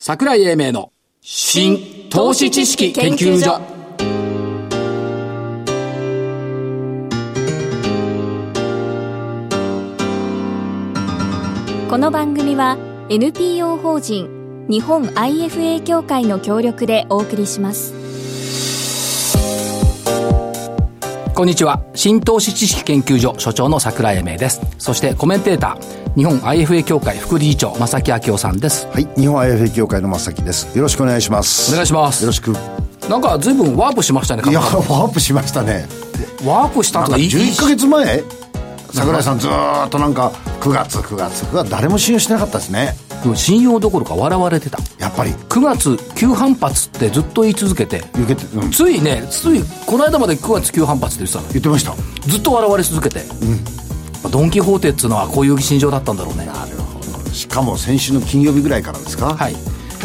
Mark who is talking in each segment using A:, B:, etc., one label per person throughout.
A: 桜井英明の新投資知識研究所
B: この番組は NPO 法人日本 IFA 協会の協力でお送りします
A: こんにちは新投資知識研究所所長の桜井英明ですそしてコメンテーター日本 IFA 協会副理事長正木昭夫さんです
C: はい、日本 IFA 協会の松崎です。よろしくお願いします。
A: お願いします
C: よろしく。い
A: なんか随分ワープしましたね
C: や、
A: 考
C: ワープしましたね。
A: えワープした
C: なん
A: と
C: か
A: かいい
C: 11ヶ月前、桜井さんずーっとなんか、9月、9月、9月、誰も信用してなかったですね。
A: 信用どころか笑われてた
C: やっぱり、
A: 9月急反発ってずっと言い続けて
C: 受けて、うん、
A: ついねついこの間まで9月急反発って言ってたのよ
C: 言ってました。
A: ずっと笑われ続けて、やっぱドン・キホーテっつうのはこういう心情だったんだろうね
C: なるほど。しかも先週の金曜日ぐらいからですか
A: はい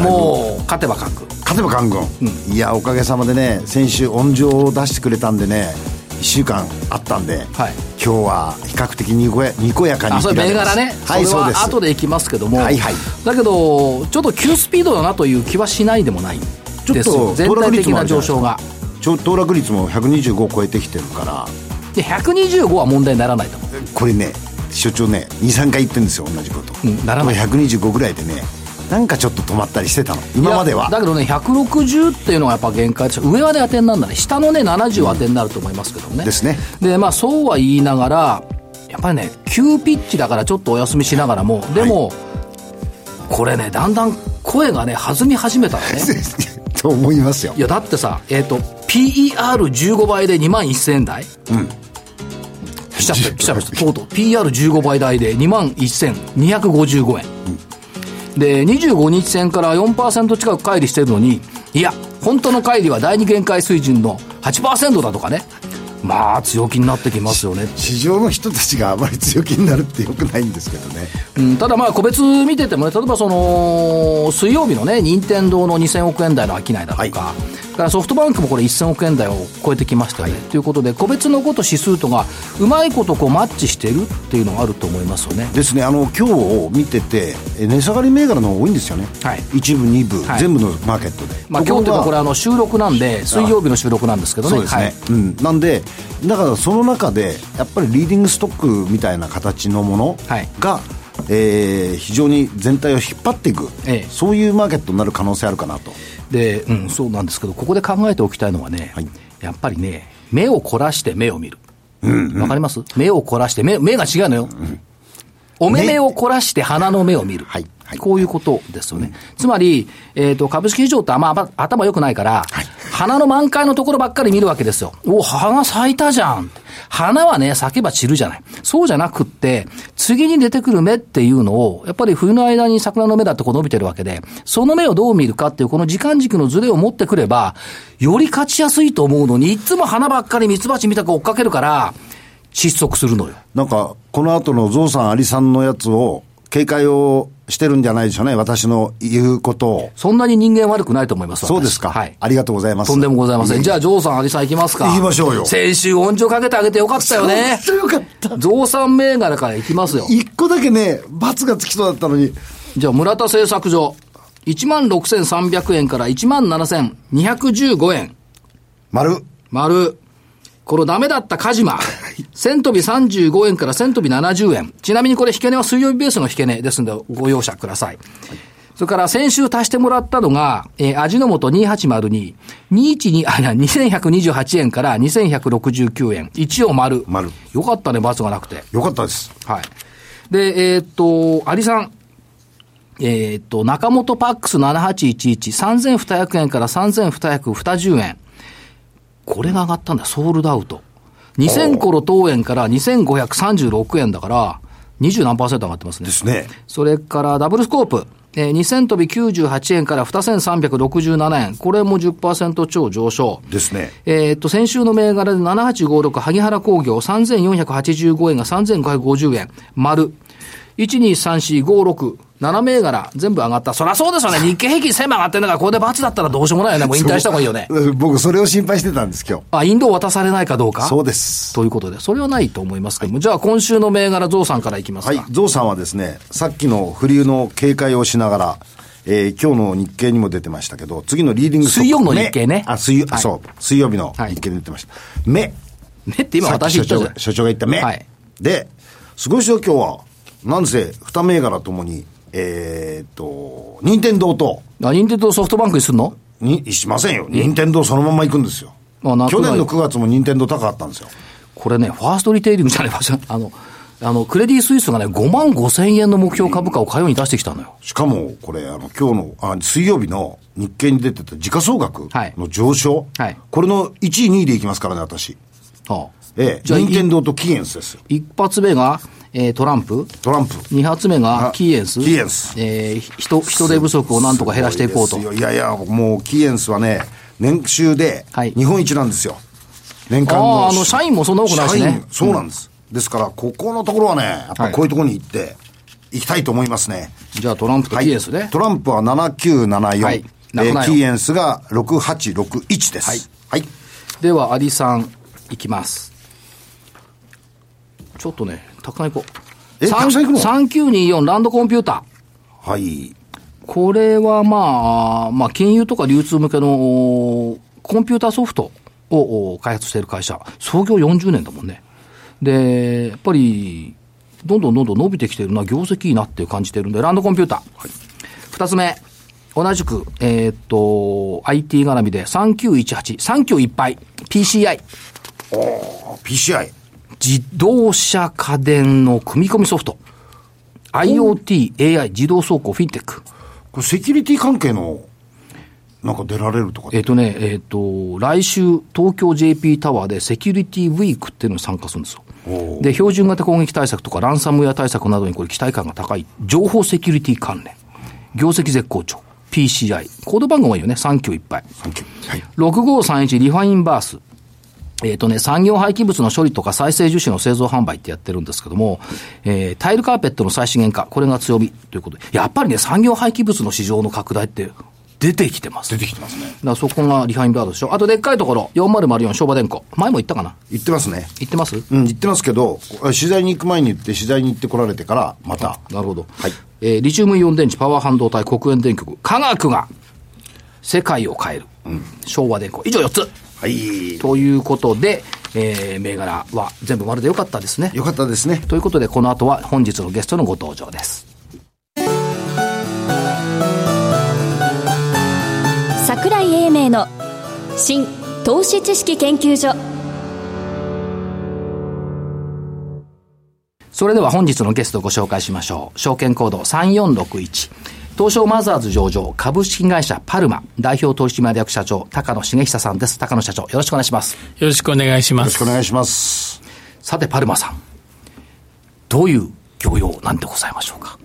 A: もう勝てば勝く
C: 勝てば官軍、いやおかげさまでね先週恩情を出してくれたんでね1週間あったんで、
A: はい
C: 今日は比較的にこやにこやかに
A: あそれ
C: 生き
A: 銘
C: ら
A: 柄
C: れ
A: ね
C: ますはい
A: そ
C: そ
A: れ
C: うで
A: は
C: す
A: 後でいきますけども、
C: はいはい
A: だけどちょっと急スピードだなという気はしないでもない
C: ちょ
A: で
C: っ
A: すよ
C: と
A: 全
C: 騰
A: 体
C: 落
A: 的
C: 率も
A: な
C: あるじゃ
A: 上
C: ないです
A: 昇
C: か
A: が
C: ちょ騰落率も125を超えてきてるから
A: で125は問題にならないと思う
C: これね所長ね23回言ってるんですよ同じこと、
A: うんならない
C: これ125ぐらいでねなんかちょっと止まったりしてたの今まで
A: い
C: は
A: やだけどね160っていうのがやっぱ限界でしょ上はね当てになるんだね下のね70は当てになると思いますけどね、
C: ですね
A: でまあそうは言いながらやっぱりね急ピッチだからちょっとお休みしながらもでも、これねだんだん声がね弾み始め たのね
C: と思いますよ
A: いやだってさえっ、と PER15 倍で2万1000円台来ちゃった来ちゃったとうとう PR15 倍台で2万1255円、で25日線から4%近く乖離してるのにいや本当の乖離は第二限界水準の8%だとかねまあ強気になってきますよね
C: 市場の人たちがあまり強気になるってよくないんですけどね
A: うん、ただまあ個別見ててもね、例えばその、水曜日のね、任天堂の2000億円台の商いだとか、
C: はい
A: だからソフトバンクもこれ1000億円台を超えてきましたよね。ということで、個別のこと指数とが、うまいことこうマッチしてるっていうのがあると思いますよね。
C: ですねあの今日を見ててえ値下がり銘柄の方が多いんですよね、
A: はい
C: 一部二部、
A: はい
C: 全部のマーケットで、
A: まあ今日というかこれあの収録なんで、水曜日の収録なんですけどね。
C: そうですね、
A: はい
C: うん、なんでだからその中でやっぱりリーディングストックみたいな形のもの
A: はい
C: が、えー非常に全体を引っ張っていく、
A: ええ
C: そういうマーケットになる可能性あるかなと
A: で、うん、そうなんですけど、ここで考えておきたいのはね、
C: はい
A: やっぱりね、目を凝らして目を見る。わ、かります目を凝らして、目、目が違うのよ。お目目を凝らして鼻の目を見る。
C: はいはい
A: こういうことですよね。つまり、えっ、と、株式市場ってあんま頭頭良くないから、花の満開のところばっかり見るわけですよ。お、花咲いたじゃん。花はね、咲けば散るじゃない。そうじゃなくって、次に出てくる芽っていうのを、やっぱり冬の間に桜の芽だってこう伸びてるわけで、その芽をどう見るかっていう、この時間軸のズレを持ってくれば、より勝ちやすいと思うのに、いつも花ばっかり蜜蜂みたく追っかけるから、窒息するのよ。
C: なんかこの後のゾウさんアリさんのやつを警戒をしてるんじゃないでしょうね私の言うことを
A: そんなに人間悪くないと思います。私
C: そうですか、
A: はい。
C: ありがとうございます
A: とんでもございません。じ
C: ゃ
A: ゃあ、ジョーさん、アリさん行きますか。
C: 行きましょうよ
A: 先週、音情かけてあげてよかったよね。
C: よかった
A: ゾウさん銘柄から行きますよ。
C: 一個だけね罰がつきそうだったのに
A: じゃあ、村田製作所。16,300円から17,215円。
C: 丸
A: 丸。このダメだったカジマ。1000飛び35円から1000飛び70円。ちなみにこれ、引け値は水曜日ベースの引け値ですので、ご容赦ください。それから先週足してもらったのが、えー味の素2802、212、あ、いや2128円から2169円。一応丸。
C: 丸
A: よかったね、罰がなくて。
C: よかったです
A: はい。で、えーっと、アリさん。えーっと、中本パックス7811、3200円から3220円。これが上がったんだ、ソールドアウト。2000コロ当円から2536円だから、20何パーセント上がってますね。
C: ですね
A: それからダブルスコープ。えー2000飛び98円から2367円。これも10%超上昇。
C: ですね
A: えーっと、先週の銘柄で7856、萩原工業、3485円が3550円、丸。123456、7銘柄、全部上がった。そりゃそうですよね。日経平均1000上がってんだから、ここで罰だったらどうしようもないよね。もう引退した方がいいよね。
C: 僕それを心配してたんです今日
A: あ、インドを渡されないかどうか
C: そうです
A: ということで、それはないと思いますけども、じゃあ今週の銘柄、ゾウさんからいきます
C: は
A: か。
C: いゾウさんはですねさっきの不流の警戒をしながらえー今日の日経にも出てましたけど、次のリーディングストップ
A: 水曜の日経ね
C: 目あ、水曜、あ
A: はい
C: そう、水曜日の
A: はい
C: 日経に出てました。目。
A: ねって今
C: さっき
A: 私言ったじゃん
C: 所長が所長が言った目。
A: はい
C: で、すごいですよ、今日は。なんせ、二銘柄ともに、えーっと、任天堂と、
A: あ、任天堂ソフトバンクにすんの
C: に、しませんよ。任天堂そのまま行くんですよ。
A: あな
C: 去年の
A: く
C: 9月も任天堂高かったんですよ。
A: これね、ファーストリテイリングじゃない場所、 あの、あの、クレディ・スイスがね、5万5千円の目標株価を火曜に出してきたのよ。
C: しかも、これ、あの、今日の、あ、水曜日の日経に出てた時価総額
A: はい
C: の上昇。
A: はい
C: これの1位、2位でいきますからね、私。
A: はあ、
C: ええ。
A: じゃあ、
C: 任天
A: い
C: 堂とキーエンスですよ。
A: 一発目が、えートランプ。
C: トランプ。
A: 二発目が
C: あ
A: キーエンス。
C: キーエンス
A: えーひ人、人手不足をなんとか減らしていこうと。
C: すごいですよいやいや、もうキーエンスはね、年収で
A: はい
C: 日本一なんですよ。年間
A: あ
C: の。
A: ーあの社員もそんな多くないしね
C: 社員そうなんです。ですから、ここのところはね、やっぱこういうところに行って、行きたいと思いますね。
A: じゃあ、トランプと
C: は
A: キ
C: い
A: ーエンスね。
C: トランプは7974。
A: はい
C: え
A: なく
C: ー
A: ない
C: キ
A: よ
C: ーエンスが6861です。
A: はい
C: はい。
A: では、アリさん、いきます。ちょっとね、たくさんいこう。
C: えたくさんいくの
A: 三3924ランドコンピューター。
C: はい。
A: これはまあ、まあ、金融とか流通向けのおーコンピューターソフトをおー開発している会社、創業40年だもんね。で、やっぱり、どんどんどんどん伸びてきてるな、業績いいなっていう感じてるんで、ランドコンピューター。二、つ目、同じく、えーっと、IT 絡みで3918、39いっぱい、PCI、
C: あ PCI。
A: 自動車家電の組み込みソフト、IoT、AI、自動走行、フィンテック。
C: これセキュリティ関係の、なんか出られるとかって
A: えっ、とね、えっ、と、来週、東京 JP タワーでセキュリティウィークっていうのに参加するんですよ。で、標準型攻撃対策とかランサムウェア対策などにこれ期待感が高い、情報セキュリティ関連、業績絶好調、PCI、コード番号はいいよね、3級いっぱい。
C: はい。
A: 6531リファインバース。えっ、とね、産業廃棄物の処理とか再生樹脂の製造販売ってやってるんですけども、えータイルカーペットの再資源化、これが強みということで、やっぱりね、産業廃棄物の市場の拡大って出てきてます。
C: 出てきてますね。
A: だからそこがリファインバードでしょ。あとでっかいところ、4004昭和電工。前も言ったかな
C: 言ってますね。
A: 言ってます
C: うん、言ってますけど、こ取材に行く前に言って、取材に行ってこられてから、また。
A: なるほど。
C: はい
A: えーリチウムイオン電池、パワー半導体、黒煙電極、科学が世界を変える。昭和電工。以上4つ。
C: はい。
A: ということで、えー銘柄は全部丸でよかったですね。
C: よかったですね。
A: ということで、この後は本日のゲストのご登場です。
B: 桜井英明の新投資知識研究所
A: それでは本日のゲストをご紹介しましょう。証券コード3461。東証マザーズ上場株式会社パルマ代表取締役社長高野茂久さんです。高野社長、よろしくお願いします。
D: よろしくお願いし
C: よ
D: ま
C: ろし
D: す
C: くお。願いします。
A: さて、パルマさん。どういう業用なんでございましょうか。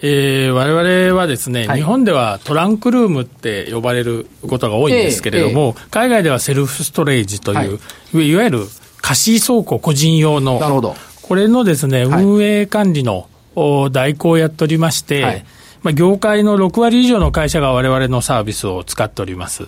D: えー、我々はですね、
A: はい
D: 日本ではトランクルームって呼ばれることが多いんですけれども、海外ではセルフストレージという、い、わゆる貸し倉庫個人用の、
A: なるほど
D: これのですね、
A: はい
D: 運営管理のお代行をやっておりまして、
A: はい
D: まあ、業界の6割以上の会社が我々のサービスを使っております。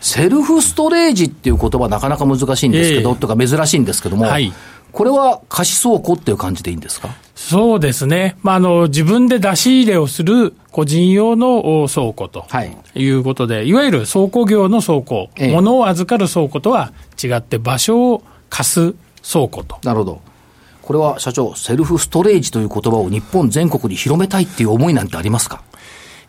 A: セルフストレージっていう言葉なかなか難しいんですけど、
D: ええ
A: とか珍しいんですけども、
D: はい
A: これは貸し倉庫っていう感じでいいんですか
D: そうですね、まあ、あの自分で出し入れをする個人用のお倉庫と
A: はい
D: いうことで、い、わゆる倉庫業の倉庫、
A: ええ
D: 物を預かる倉庫とは違って、場所を貸す倉庫と。
A: なるほど。これは社長、セルフストレージという言葉を日本全国に広めたいっていう思いなんてありますか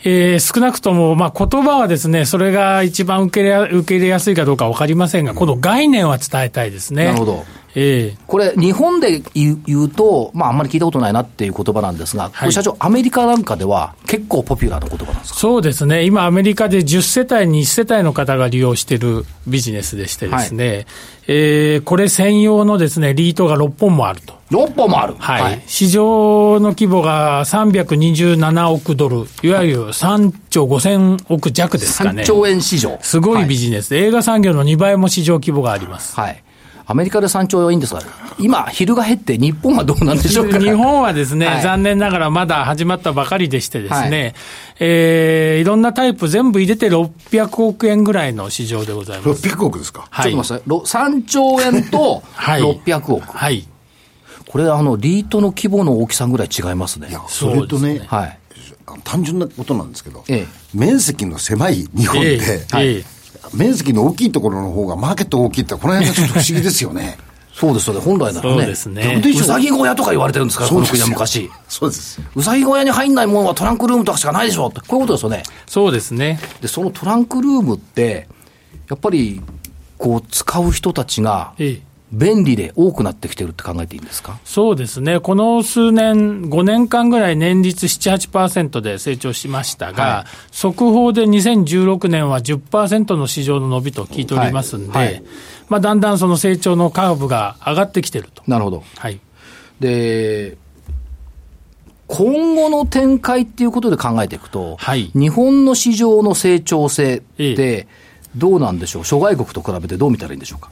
D: えー少なくとも、まあ、言葉はですね、それが一番受け入れ受け入れやすいかどうか分かりませんが、この概念は伝えたいですね。
A: なるほど
D: ええ
A: これ、日本で言う言うと、まあ、あんまり聞いたことないなっていう言葉なんですが、これ社長、アメリカなんかでは結構ポピュラーな言葉なんですか
D: そうですね、今、アメリカで10世帯に1世帯の方が利用しているビジネスでしてですね、えーこれ専用のですねリートが6本もあると。
A: 6本もある。
D: はい市場の規模が327億ドル、いわゆる3兆5000億弱ですかね。
A: 3兆円市場。
D: すごいビジネスで、映画産業の2倍も市場規模があります。
A: はい。アメリカで3兆円はいいんですが、今、昼が減って日本はどうなんでしょう か
D: 日本はですね、
A: はい
D: 残念ながらまだ始まったばかりでしてですね、、
A: はい
D: えーいろんなタイプ全部入れて600億円ぐらいの市場でございます。
C: 600億ですか。
D: は
A: ちょっと待ってください。3兆円 と
D: はい
A: 600億。
D: はい。
A: これ、あの、リートの規模の大きさぐらい違いますね。
C: それとね、
A: はい。
C: 単純なことなんですけど、
A: ええ
C: 面積の狭い日本
D: え
C: で、
D: え
C: はい
D: ええ
C: 面積の大きいところの方がマーケット大きいって、この辺がちょっと不思議ですよ ね。
A: そうですよね。本来ならね。
D: そうですね
A: うさぎ小屋とか言われてるんですから、この国は昔。
C: そうですよ。
A: うさぎ小屋に入んないもんはトランクルームとかしかないでしょって、こういうことですよね。
D: そうですね。
A: で、そのトランクルームって、やっぱり、こう、使う人たちが、
D: ええ
A: 便利で多くなってきてるって考えていいんですか
D: そうですね、この数年、5年間ぐらい年率7、8%で成長しましたが、速報で2016年は10%の市場の伸びと聞いておりますんで、
A: はいはい
D: まあ、だんだんその成長のカーブが上がってきてると。
A: なるほど。
D: はい
A: で、今後の展開っていうことで考えていくと、
D: はい
A: 日本の市場の成長性っ
D: え
A: て、どうなんでしょう、諸外国と比べてどう見たらいいんでしょうか。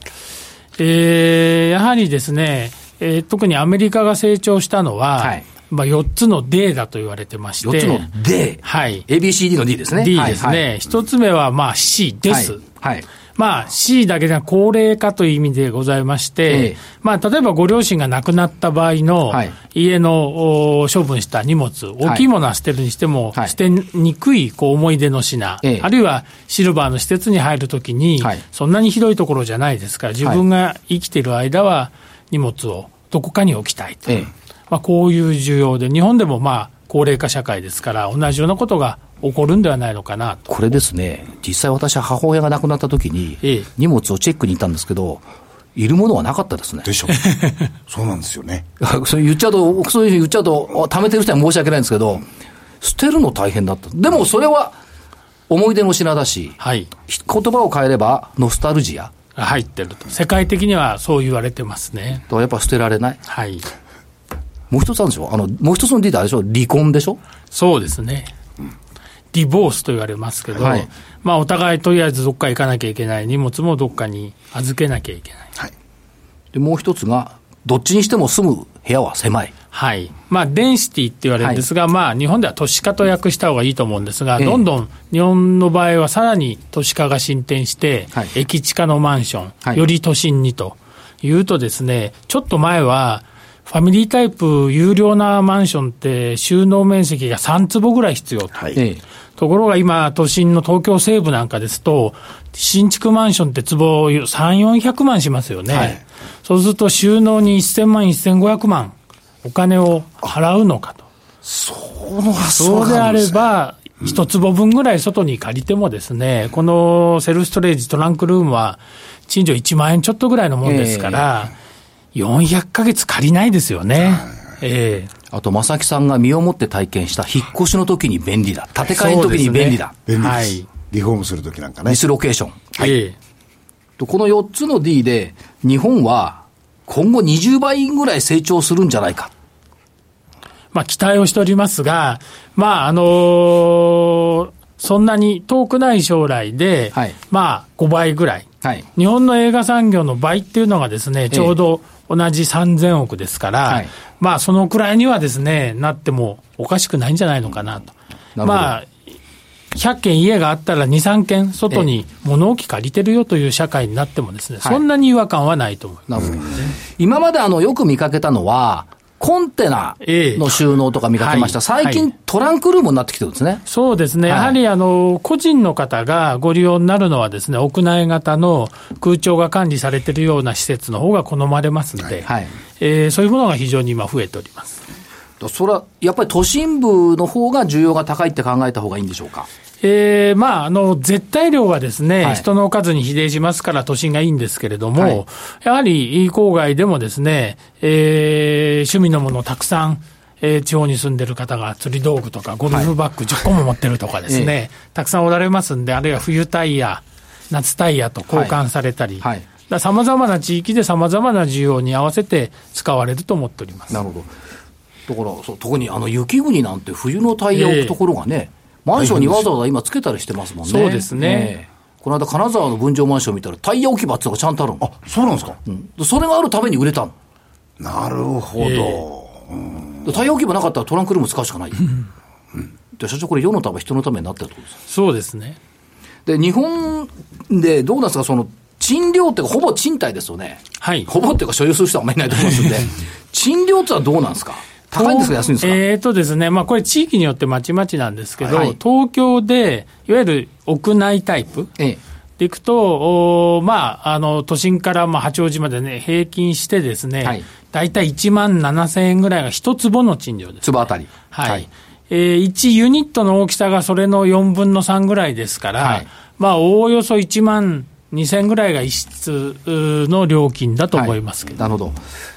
D: えーやはりですね、えー特にアメリカが成長したのは、
A: はい
D: まあ、4つの D だと言われてまして、
A: 4つの D、
D: はい、
A: ABCD の D ですね。
D: D です
A: はいはい
D: ね、一1つ目はまあ C です。
A: はい。はい
D: まあ、C だけでは高齢化という意味でございまして、
A: ええ
D: まあ、例えばご両親が亡くなった場合の
A: はい
D: 家の、お処分した荷物、大きいものは捨てるにしても、
A: はい
D: 捨てにくいこう思い出の品、
A: ええ
D: あるいはシルバーの施設に入るときに、
A: はい
D: そんなに広いところじゃないですから、自分が生きている間は荷物をどこかに置きたいと、
A: ええ
D: まあ、こういう需要で、日本でもまあ高齢化社会ですから、同じようなことが起こるんではないのかなと。
A: これですね、実際私は母親が亡くなった時に
D: ええ、
A: 荷物をチェックに行ったんですけど、いるものはなかったですね
C: で。しょ。そうなんですよね。
A: それ言っちゃうと、そういうふうに言っちゃうと、あ貯めてる人には申し訳ないんですけど、捨てるの大変だった。でもそれは思い出の品だし、
D: はい
A: ひ言葉を変えればノスタルジア。
D: が入ってると、世界的にはそう言われてますね
A: だ。からやっぱ捨てられない。
D: はい、
A: もう一つあるんでしょあの、もう一つの D ってあれでしょ離婚でしょ
D: そうですね。ディボースと言われますけど、
A: はい
D: まあ、お互いとりあえずどっか行かなきゃいけない、荷物もどっかに預けなきゃいけない。
C: はい。
A: で、もう一つが、どっちにしても住む部屋は狭い。
D: はいまあ、デンシティって言われるんですが、まあ、日本では都市化と訳した方がいいと思うんですが、
A: ええ
D: どんどん日本の場合はさらに都市化が進展して、
A: はい
D: 駅地下のマンション、
A: はい
D: より都心にというとですね、ちょっと前は、ファミリータイプ有料なマンションって収納面積が3坪ぐらい必要と、
C: はい。
A: ええ
D: ところが今、都心の東京西部なんかですと、新築マンションって坪3、400万しますよね、
C: はい
D: そうすると収納に1000万、1500万、お金を払うのかと、
C: この発
D: そ
C: 想
D: うで
C: が
D: あ
C: るん
D: れ
C: すね
D: ば、1坪分ぐらい外に借りてもですね、このセルフストレージ、トランクルームは、賃料1万円ちょっとぐらいのもんですから、400ヶ月借りないですよね。ええ
A: あと、正木さんが身をもって体験した、引っ越しの時に便利だ。建て替えの時に便利だ。
C: 便利です。
D: はい
C: リフォームするときなんかね
A: ディ。スロケーション。
D: ええ
A: とこの4つの D で、日本は今後20倍ぐらい成長するんじゃないか。
D: まあ、期待をしておりますが、まああのそんなに遠くない将来で、
A: はい
D: まあ、5倍ぐらい、
A: はい。
D: 日本の映画産業の倍っていうのがですね、ちょうど同じ3000億ですから、
A: はい
D: まあ、そのくらいにはですね、なってもおかしくないんじゃないのかなと。
A: なるほど
D: まあ100軒家があったら2、3軒外に物置借りてるよという社会になってもですね、
A: はい
D: そんなに違和感はないと思います。
A: なるほど。今まであの、よく見かけたのは、コンテナの収納とか見かけました。
D: ええ
A: 最近、
D: はい
A: トランクルームになってきてるんですね。
D: そうですね、
A: はい
D: やはりあの個人の方がご利用になるのはです、ね、屋内型の空調が管理されているような施設の方が好まれますので、
A: はい
D: えーそういうものが非常に今、増えております。
A: それは、やっぱり都心部の方が需要が高いって考えた方がいいんでしょうか。
D: えーまあ、あの絶対量はですね、
A: はい
D: 人の数に比例しますから、都心がいいんですけれども、
A: はい
D: やはり郊外でもですね、えー趣味のものをたくさん、えー地方に住んでる方が釣り道具とか、ゴルフバッグ10個も持ってるとかですね、
A: え
D: たくさんおられますんで、あるいは冬タイヤ、夏タイヤと交換されたり、
A: はいはい
D: さまざまな地域でさまざまな需要に合わせて使われると思っております。
A: なるほど。だから、そう特にあの、雪国なんて冬のタイヤ置くところがね、マンションにわざわざ今つけたりしてますもんね。
D: そうですね
A: ええこの間、金沢の分譲マンション見たら、タイヤ置き場っていうのがちゃんとあるの。
C: あ、そうなんですか。
A: でそれがあるために売れたの。
C: なるほど。
A: で太陽気もなかったらトランクルーム使うしかない。で社長、これ世のため、人のためになってるってことです。
D: そうですね
A: で、日本でどうなんですか、その、賃料ってほぼ賃貸ですよね。
D: はい
A: ほぼっていうか所有する人はあんまりいないと思いますんで、賃料ってのはどうなんですか高いんですか、安いんですか、
D: えーとですね、まあ、これ、地域によってまちまちなんですけど、
A: はい
D: 東京で、いわゆる屋内タイプ
A: ええ
D: でいくと、おーまあ、あの都心からまあ八王子までね、平均してですね、
A: はい
D: 大体1万7000円ぐらいが一坪の賃料です。
A: 粒あたり。
D: はいえー、1ユニットの大きさがそれの4分の3ぐらいですから、
A: はい
D: まあ、おおよそ1万2000ぐらいが一室うーの料金だと思いますけど、
A: なるほど。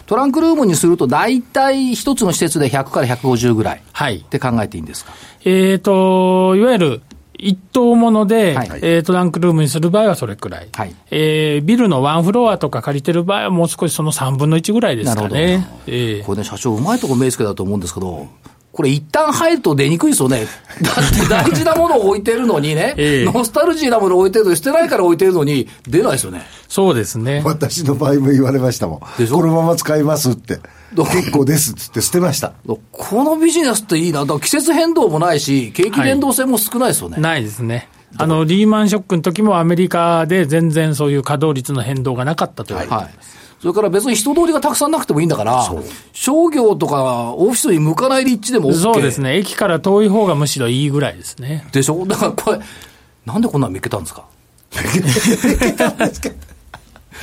A: トランクルームにすると、大体一つの施設で100から150ぐらいっ
D: はい
A: て考えていいんですか。
D: えー、といわゆる一棟もので、
A: はい
D: えートランクルームにする場合はそれくらい、
A: はい
D: えービルのワンフロアとか借りてる場合は、もう少しその3分の1ぐらいですか
A: なる
D: ね
A: ほ。
D: え
A: これね、社長、うまいとこ目つけだと思うんですけど、これ一旦入ると出にくいですよ ね。だって大事なものを置いてるのにね、
D: ええ
A: ノスタルジーなものを置いてるのに、捨てないから置いてるのに、出ないですよね。
D: そうですね。
C: 私の場合も言われましたもん。こ
A: でしょ
C: のまま使いますって。
A: どう
C: 結構ですっつって捨てました。
A: このビジネスっていいな。だから季節変動もないし、景気連動性も少ないですよね。
D: ないですね。あの、リーマンショックの時もアメリカで全然そういう稼働率の変動がなかったという。
A: はい。それから別に人通りがたくさんなくてもいいんだから、商業とかオフィスに向かない立地でも OK。
D: そうです。ね。駅から遠い方がむしろいいぐらいですね。
A: でしょ だからこれ、なんでこんなの見っけたんですか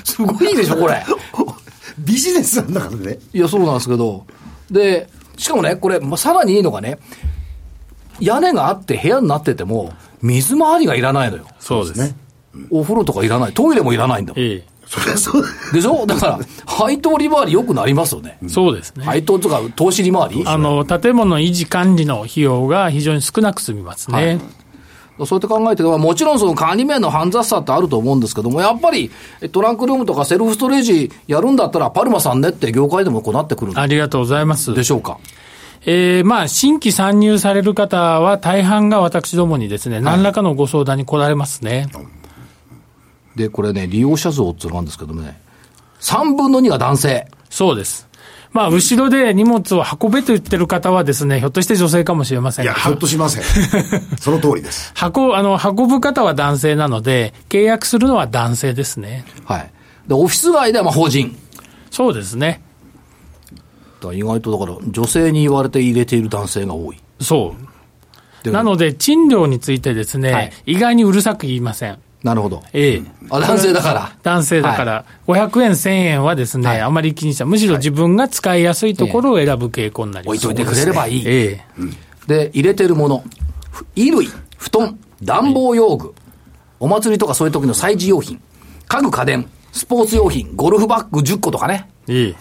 A: すごいでしょ、これ。
C: ビジネスなんだからね。
A: いや、そうなんですけど。で、しかもね、これ、まあさらにいいのがね、屋根があって部屋になってても、水回りがいらないのよ。
D: そうですね。
A: お風呂とかいらない。トイレもいらないんだもん。
D: え
C: そりゃそう。
A: でしょだから、配当利回り良くなりますよね。
D: え。そうですね。
A: 配当とか投資利回り
D: あの、建物の維持管理の費用が非常に少なく済みますね。
A: はいそうやって考えて、まあもちろんその管理面の煩雑さってあると思うんですけども、やっぱりえトランクルームとかセルフストレージやるんだったら、パルマさんねって業界でもこうなってくるん
D: ありがとうございます。
A: でしょうか。
D: えーまあ、新規参入される方は大半が私どもにですね、何らかのご相談に来られますね。
A: で、これね、利用者像っていうのがあるんですけどもね、3分の2が男性。
D: そうです。まあ、後ろで荷物を運べと言ってる方はですね、ひょっとして女性かもしれません
C: い
D: け
C: や、
D: ど
C: ひょっとしません。 その通りです。
D: 運、あの、運ぶ方は男性なので、契約するのは男性ですね。
A: はい。で、オフィス街ではまあ法人。
D: そうですね。
A: だから意外とだから、女性に言われて入れている男性が多い。
D: そう。
A: で
D: なので、賃料についてですね、
A: はい
D: 意外にうるさく言いません。
A: なるほど。
D: ええ。
A: あ、男性だから。
D: 男性だから、500円、1000円はですね、
A: はい
D: あまり気にした、むしろ自分が使いやすいところを選ぶ傾向になりま
A: 置い
D: す。
A: といてくれればいい。
D: ええ。
A: で、入れてるもの。ふ衣類、布団、暖房用具、お祭りとかそういう時の祭事用品、家具家電、スポーツ用品、ゴルフバッグ10個とかね。
D: いい。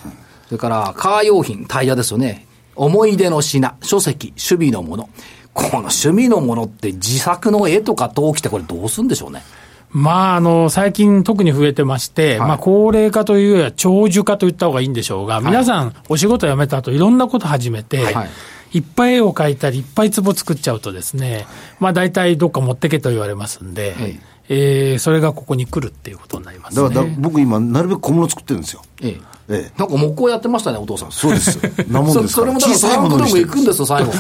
A: それから、カー用品、タイヤですよね。思い出の品、書籍、趣味のもの。この趣味のものって自作の絵とか陶器ってこれどうするんでしょうね。
D: まあ、あの、最近特に増えてまして、
A: はい
D: まあ、高齢化というよりは長寿化と言った方がいいんでしょうが、皆さんお仕事辞めた後、いろんなこと始めて、
A: はい
D: いっぱい絵を描いたり、いっぱい壺作っちゃうとですね、まあ大体どっか持ってけと言われますんで、
A: はい
D: えーそれがここに来るっていうことになります
C: だ
D: ね。
C: から、だ僕今、なるべく小物作ってるんですよ。
A: ええ。
C: ええ
A: なんか木工やってましたね、お父さん。
C: そうです。なもんです
A: そそれもだから
C: 小さいものにしてる
A: トランクルーム行くんですよ最後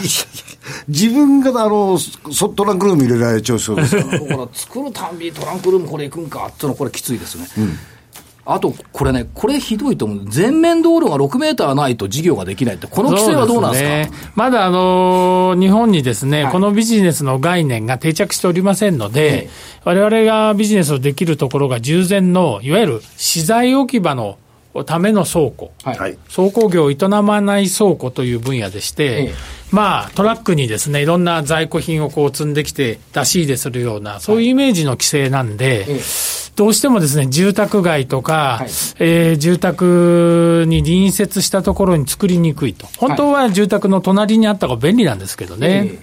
C: 自分が、あの、そトランクルーム入れられちゃうそうですから。
A: だから作るたんびにトランクルームこれ行くんかっていうのこれきついですね、あとこれねこれひどいと思う全面道路が6メーターないと事業ができないってこの規制はどうなんですか
D: そうねまだあのー日本にですね、
A: はい
D: このビジネスの概念が定着しておりませんので、我々がビジネスをできるところが従前の、いわゆる資材置き場のための倉庫。
A: はい、
C: はい。
D: 倉庫業を営まない倉庫という分野でして、
A: ええ
D: まあ、トラックにですね、いろんな在庫品をこう積んできて出し入れするような、そういうイメージの規制なんで、
A: ええ
D: どうしてもですね、住宅街とか、
A: はい
D: えー住宅に隣接したところに作りにくいと。本当は住宅の隣にあった方が便利なんですけどね。
A: え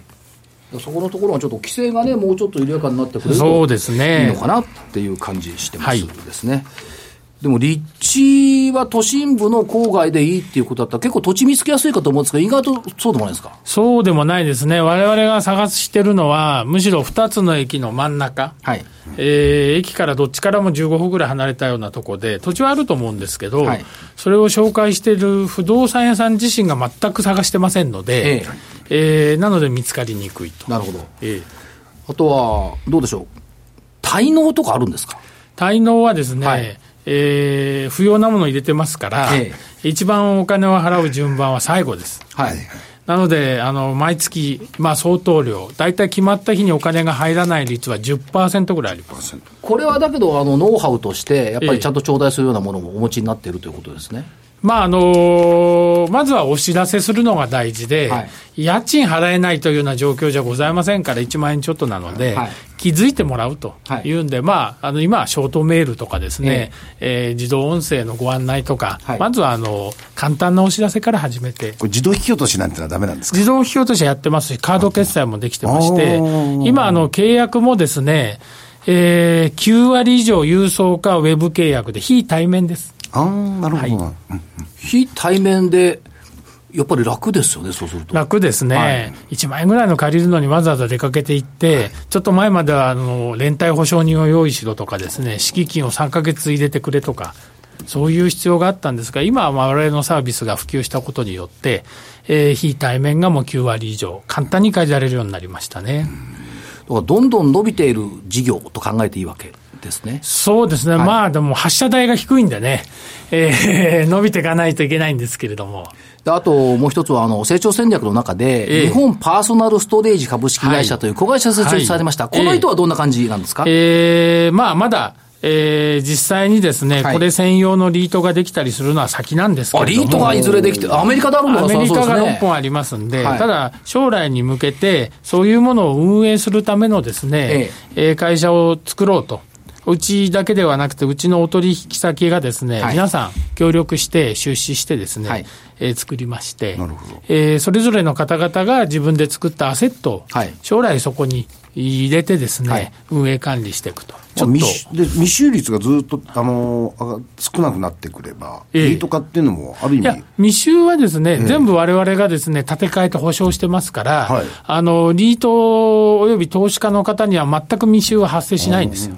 A: えそこのところはちょっと規制がねもうちょっと緩やかになってくれる
D: そう
A: と
D: です
A: い
D: ね
A: いのかなっていう感じしてま
D: は
A: す
D: い
A: ですね、でも立地は都心部の郊外でいいっていうことだったら結構土地見つけやすいかと思うんですけど意外とそうでもないですか
D: そうでもないですね。我々が探してるのは、むしろ2つの駅の真ん中。
A: はい
D: えー駅からどっちからも15歩ぐらい離れたようなとこで、土地はあると思うんですけど、
A: はい
D: それを紹介している不動産屋さん自身が全く探してませんので、えーなので見つかりにくいと。
A: なるほど
D: えー
A: あとはどうでしょう滞納とかあるんですか
D: 滞納はですね、
A: はい
D: えー不要なものを入れてますから、
A: え
D: 一番お金を払う順番は最後です。
A: はい。
D: なので、あの毎月、まあ、相当量、大体決まった日にお金が入らない率は10%ぐらいあります。
A: これはだけど、あの、ノウハウとして、やっぱ
D: ええ
A: りちゃんと頂戴するようなものもお持ちになっているということですね。
D: まああのまずはお知らせするのが大事で、
A: はい
D: 家賃払えないというような状況じゃございませんから、1万円ちょっとなので、
A: はい
D: 気づいてもらうと
A: はい
D: いうんで、まあ、あの今はショートメールとかですね、えー自動音声のご案内とか、
A: はい
D: まずはあの簡単なお知らせから始めて。
C: これ自動引き落としなんてのはダメなんですか
D: 自動引き落としはやってますし、カード決済もできてまして
C: あー、
D: 今、あの契約もですね、えー9割以上郵送かウェブ契約で、非対面です。
C: ああ、なるほど。うん
A: 非対面で、やっぱり楽ですよね、そうすると。
D: 楽ですね、
A: はい
D: 1万円ぐらいの借りるのにわざわざ出かけていって、ちょっと前まではあの連帯保証人を用意しろとかですね、敷金を3ヶ月入れてくれとか、そういう必要があったんですが、今は我々のサービスが普及したことによって、えー非対面がもう9割以上、簡単に借りられるようになりましたね。
A: だからどんどん伸びている事業と考えていいわけですね。
D: そうですね、まあでも発射台が低いんでね、えー 伸びていかないといけないんですけれども。
A: であともう一つは、あの、成長戦略の中で、
D: ええ
A: 日本パーソナルストレージ株式会社という子会社設立されました。
D: はい
A: この意図はどんな感じなんですか、
D: えーまあ、まだ、えー実際にですね、
A: はい
D: これ専用のリートができたりするのは先なんですけ
A: あ、
D: れども。
A: リートがいずれできて、アメリカであるの
D: ア
A: が
D: メリカ
A: そ
D: が
A: うですね
D: 6本ありますんで、
A: はい
D: ただ、将来に向けて、そういうものを運営するためのですね、えー会社を作ろうと。うちだけではなくて、うちのお取引先がですね、
A: はい
D: 皆さん協力して、出資してですね、
A: はい
D: えー作りまして、えーそれぞれの方々が自分で作ったアセットを、
A: はい
D: 将来そこに入れてですね、
A: はい
D: 運営管理していくと。
C: まあ未収で未収率がずっと、あのーあ少なくなってくれば、
D: ええ
C: リート化っていうのも、ある意
D: いや
C: 味、、
D: 未収はですね、全部我々がですね、建て替えて保証してますから、
C: はい
D: あの、リートおよび投資家の方には全く未収は発生しないんですよ。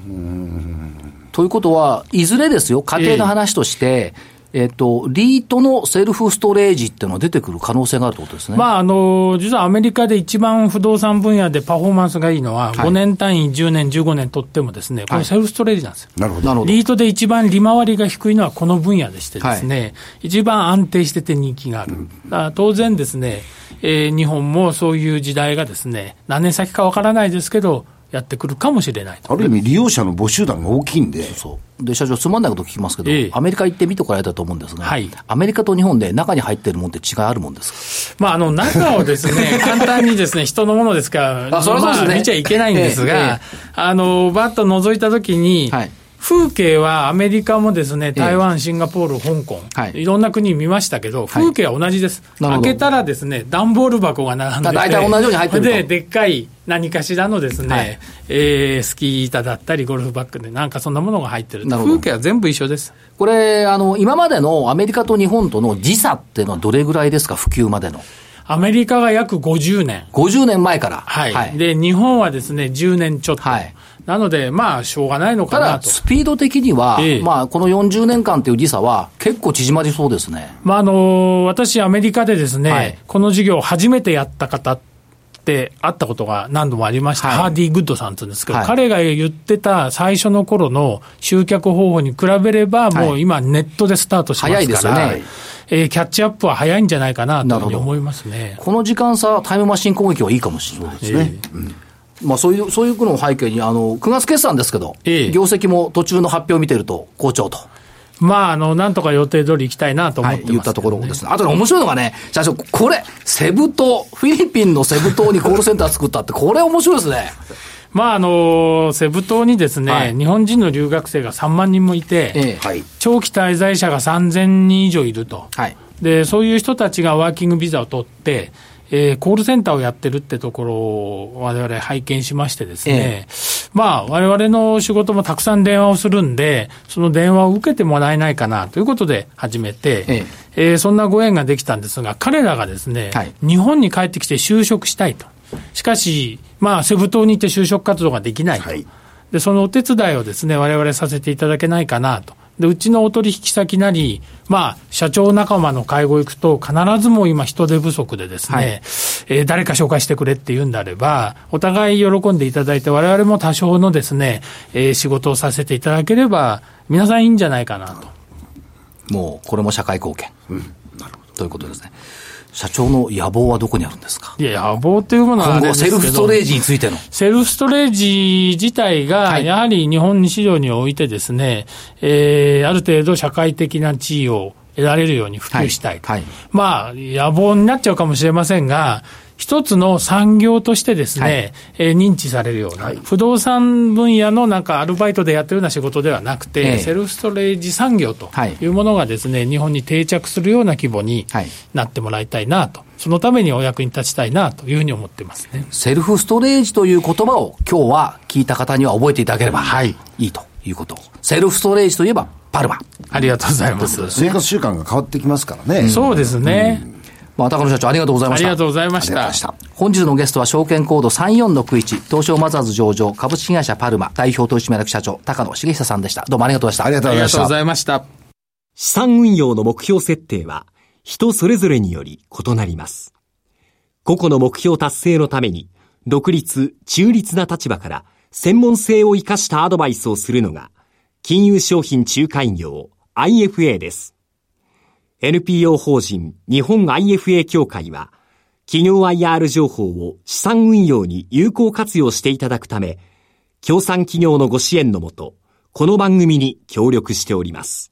A: ということは、いずれですよ、家庭の話として、えっ、と、リートのセルフストレージっていうのが出てくる可能性があるということですね。
D: まあ、あの、実はアメリカで一番不動産分野でパフォーマンスがいいのは、
A: はい
D: 5年単位、10年、15年取ってもですね、これセルフストレージなんですよ。
C: なるほど。
A: なるほど。
D: リートで一番利回りが低いのはこの分野でしてですね、一番安定してて人気がある。だから当然ですね、えー日本もそういう時代がですね、何年先かわからないですけど、やってくるかもしれないと。
C: ある意味、利用者の募集団が大きいんで、
A: そうで社長、つまんないこと聞きますけど、
D: ええ
A: アメリカ行ってみとかやったと思うんですが、
D: はい
A: アメリカと日本で中に入ってるもんって違いあるもんですか
D: まあ、あの、中をです ね、簡単にですね、人のものですから、
A: あそりゃそうですね
D: まあ見ちゃいけないんです
A: ええ
D: が、
A: え
D: あの、バッと覗いたときに、
A: はい
D: 風景はアメリカもですね、台湾、シンガポール、香港、
A: はい
D: い、ろんな国見ましたけど、風景は同じです。
A: なるほど
D: 開けたらですね、段ボール箱が並んでて、
A: だ大体同じように入ってると
D: で、でっかい何かしらのですね、
A: はい
D: えースキー板だったり、ゴルフバッグで、なんかそんなものが入ってる。
A: なるほど
D: 風景は全部一緒です。
A: これあの、今までのアメリカと日本との時差っていうのはどれぐらいですか、普及までの。
D: アメリカが約50年。
A: 50年前から。
D: はい、で日本はですね10年ちょっと、
A: はい
D: なので、まあしょうがないの
A: た
D: かな
A: だ、
D: と。
A: スピード的には、
D: ええ
A: まあ、この40年間という時差は、結構縮まりそうですね。
D: まああの私、アメリカでですね、
A: はい
D: この事業を初めてやった方って会ったことが何度もありました、
A: はい
D: ハーディ・グッドさんって言うんですけど、
A: はい
D: 彼が言ってた最初の頃の集客方法に比べれば、もう今、ネットでスタートしますから、
A: 早いですよね
D: えーキャッチアップは早いんじゃないかなというふう
A: な
D: に
A: るほど
D: 思いますね。
A: この時間差はタイムマシン攻撃はいいかもしれないですね。
D: えー
A: まあ、そういう、そういうのを背景に、あの、9月決算ですけど、
D: ええ
A: 業績も途中の発表を見てると、好調と。
D: まあ、あの、なんとか予定通り行きたいなと思っ
A: は
D: て
A: い、
D: ます、
A: 言ったところですね。あとね、面白いのがね、社長、これ、セブ島、フィリピンのセブ島にコールセンター作ったって、これ面白いですね。
D: まああのセブ島にですね、
A: はい
D: 日本人の留学生が3万人もいて、
A: ええ
C: はい。
D: 長期滞在者が3000人以上いると、
A: はい。
D: で、そういう人たちがワーキングビザを取って、えーコールセンターをやってるってところを我々拝見しましてですね、まあ我々の仕事もたくさん電話をするんで、その電話を受けてもらえないかなということで始めて、
A: え
D: えーそんなご縁ができたんですが、彼らがですね、
A: はい
D: 日本に帰ってきて就職したいと。しかし、まあセブ島に行って就職活動ができないと。
C: はい
D: で、そのお手伝いをですね、我々させていただけないかなとでうちのお取引先なり、まあ、社長仲間の会合行くと、必ずもう今、人手不足でですね、
A: はい
D: えー誰か紹介してくれっていうんであれば、お互い喜んでいただいて、我々も多少のですね、えー仕事をさせていただければ、皆さんいいんじゃないかなと。
A: もう、これも社会貢献。ということですね。社長の野望はどこにあるんですか
D: いや、野望というものはあ
A: 今
D: れで
A: 後、
D: す
A: セ
D: けど
A: ルフストレージについての。
D: セルフストレージ自体が、
A: はい
D: やはり日本市場においてですね、えーある程度社会的な地位を得られるように普及したいと。
A: はいはい
D: まあ、野望になっちゃうかもしれませんが、一つの産業としてですね、
A: はい
D: えー認知されるような、不動産分野のなんかアルバイトでやってるような仕事ではなくて、
A: ええ
D: セルフストレージ産業と
A: はい
D: いうものがですね、日本に定着するような規模に
A: はい
D: なってもらいたいなと、そのためにお役に立ちたいなというふうに思ってますね。
A: セルフストレージという言葉を今日は聞いた方には覚えていただければ、
C: はい
A: いいということ。セルフストレージといえば、パルマ。
D: ありがとうございます。
C: 生活習慣が変わってきますからね。
D: そうですね。
A: まあ、高野社長ありがとうございま
D: あ
A: し
D: り
A: た。
D: がとうございま
C: あり
D: し
C: がとうござい
D: た
C: まし。た。
A: 本日のゲストは証券コード34の91、東証マザーズ上場、株式会社パルマ、代表取締役社長、高野茂久さんでした。どうもありがとうございました。
C: ありがとう
D: あ
C: ご
D: り
C: ざい
D: が
C: まし
D: とうご
C: た。
D: ざいました。
E: 資産運用の目標設定は人それぞれにより異なります。個々の目標達成のために独立、中立な立場から専門性を生かしたアドバイスをするのが金融商品仲介業 IFA です。NPO 法人日本 IFA 協会は企業 IR 情報を資産運用に有効活用していただくため、協賛企業のご支援のもと、この番組に協力しております。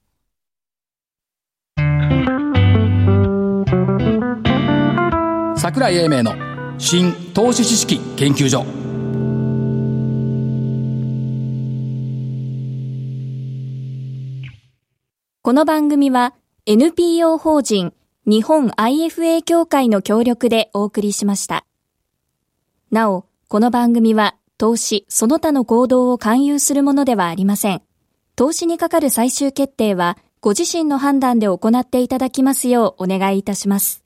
A: 桜井英明の新投資知識研究所
B: この番組は NPO 法人日本 IFA 協会の協力でお送りしました。なお、この番組は投資その他の行動を勧誘するものではありません。投資にかかる最終決定はご自身の判断で行っていただきますようお願いいたします。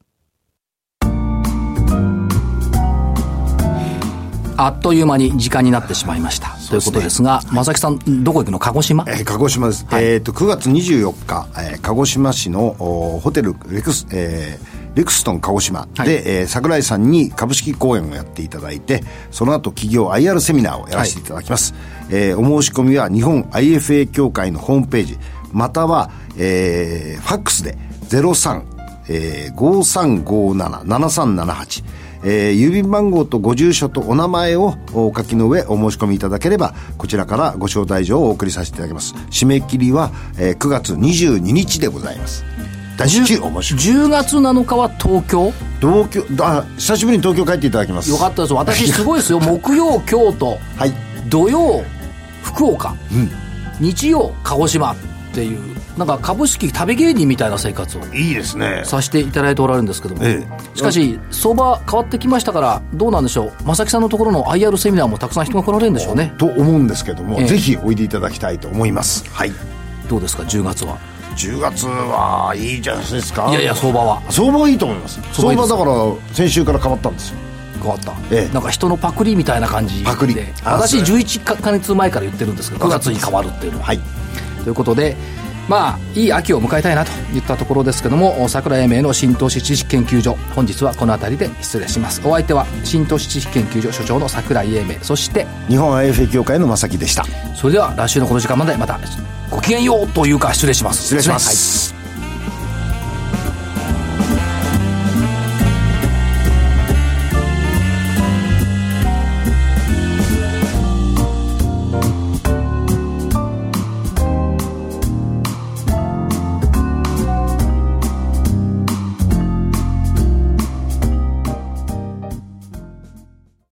A: あっという間に時間になってしまいました、ということですが、正木さんどこ行くの鹿児島
C: えー鹿児島です。えっ、と、9月24日、えー鹿児島市のおーホテルレクス、えーレクストン鹿児島で、
A: はい
C: えー桜井さんに株式講演をやっていただいて、その後企業 IR セミナーをやらせていただきます。えーお申し込みは日本 IFA 協会のホームページ、または、えーファックスで03、えー、5357-7378、えー郵便番号とご住所とお名前をお書きの上お申し込みいただければこちらからご招待状をお送りさせていただきます締め切りは、えー9月22日でございます大至急お申し込
A: 10
C: み
A: 月7日は東京
C: 東京あ久しぶりに東京帰っていただきます
A: よかったです私すごいですよ木曜京都
C: はい
A: 土曜福岡、日曜鹿児島っていうなんか株式旅芸人みたいな生活を
C: いいですね
A: させていただいておられるんですけども、
C: ええ
A: しかし相場変わってきましたからどうなんでしょう正木さんのところの IR セミナーもたくさん人が来られるんでしょうね
C: と思うんですけども、
A: ええ
C: ぜひおいでいただきたいと思いますはい
A: どうですか10月は
C: 10月はいいじゃないですか
A: いやいや相場は
C: 相場はいいと思います
A: 相場い
C: 相
A: いで
C: 場
A: す
C: だから先週から変わったんですよ
A: 変わった、
C: ええ
A: なんか人のパクリみたいな感じで
C: パクリあ
A: 私
C: そ
A: 11か月前から言ってるんですけど9月に変わるっていうのは、
C: はい
A: ということでまあいい秋を迎えたいなといったところですけども桜井英明の新投資知識研究所本日はこの辺りで失礼しますお相手は新投資知識研究所所長の桜井英明そして
C: 日本 IFA 協会の正木でした
A: それでは来週のこの時間までまたごきげんようというか失礼します
C: 失礼します、
A: はい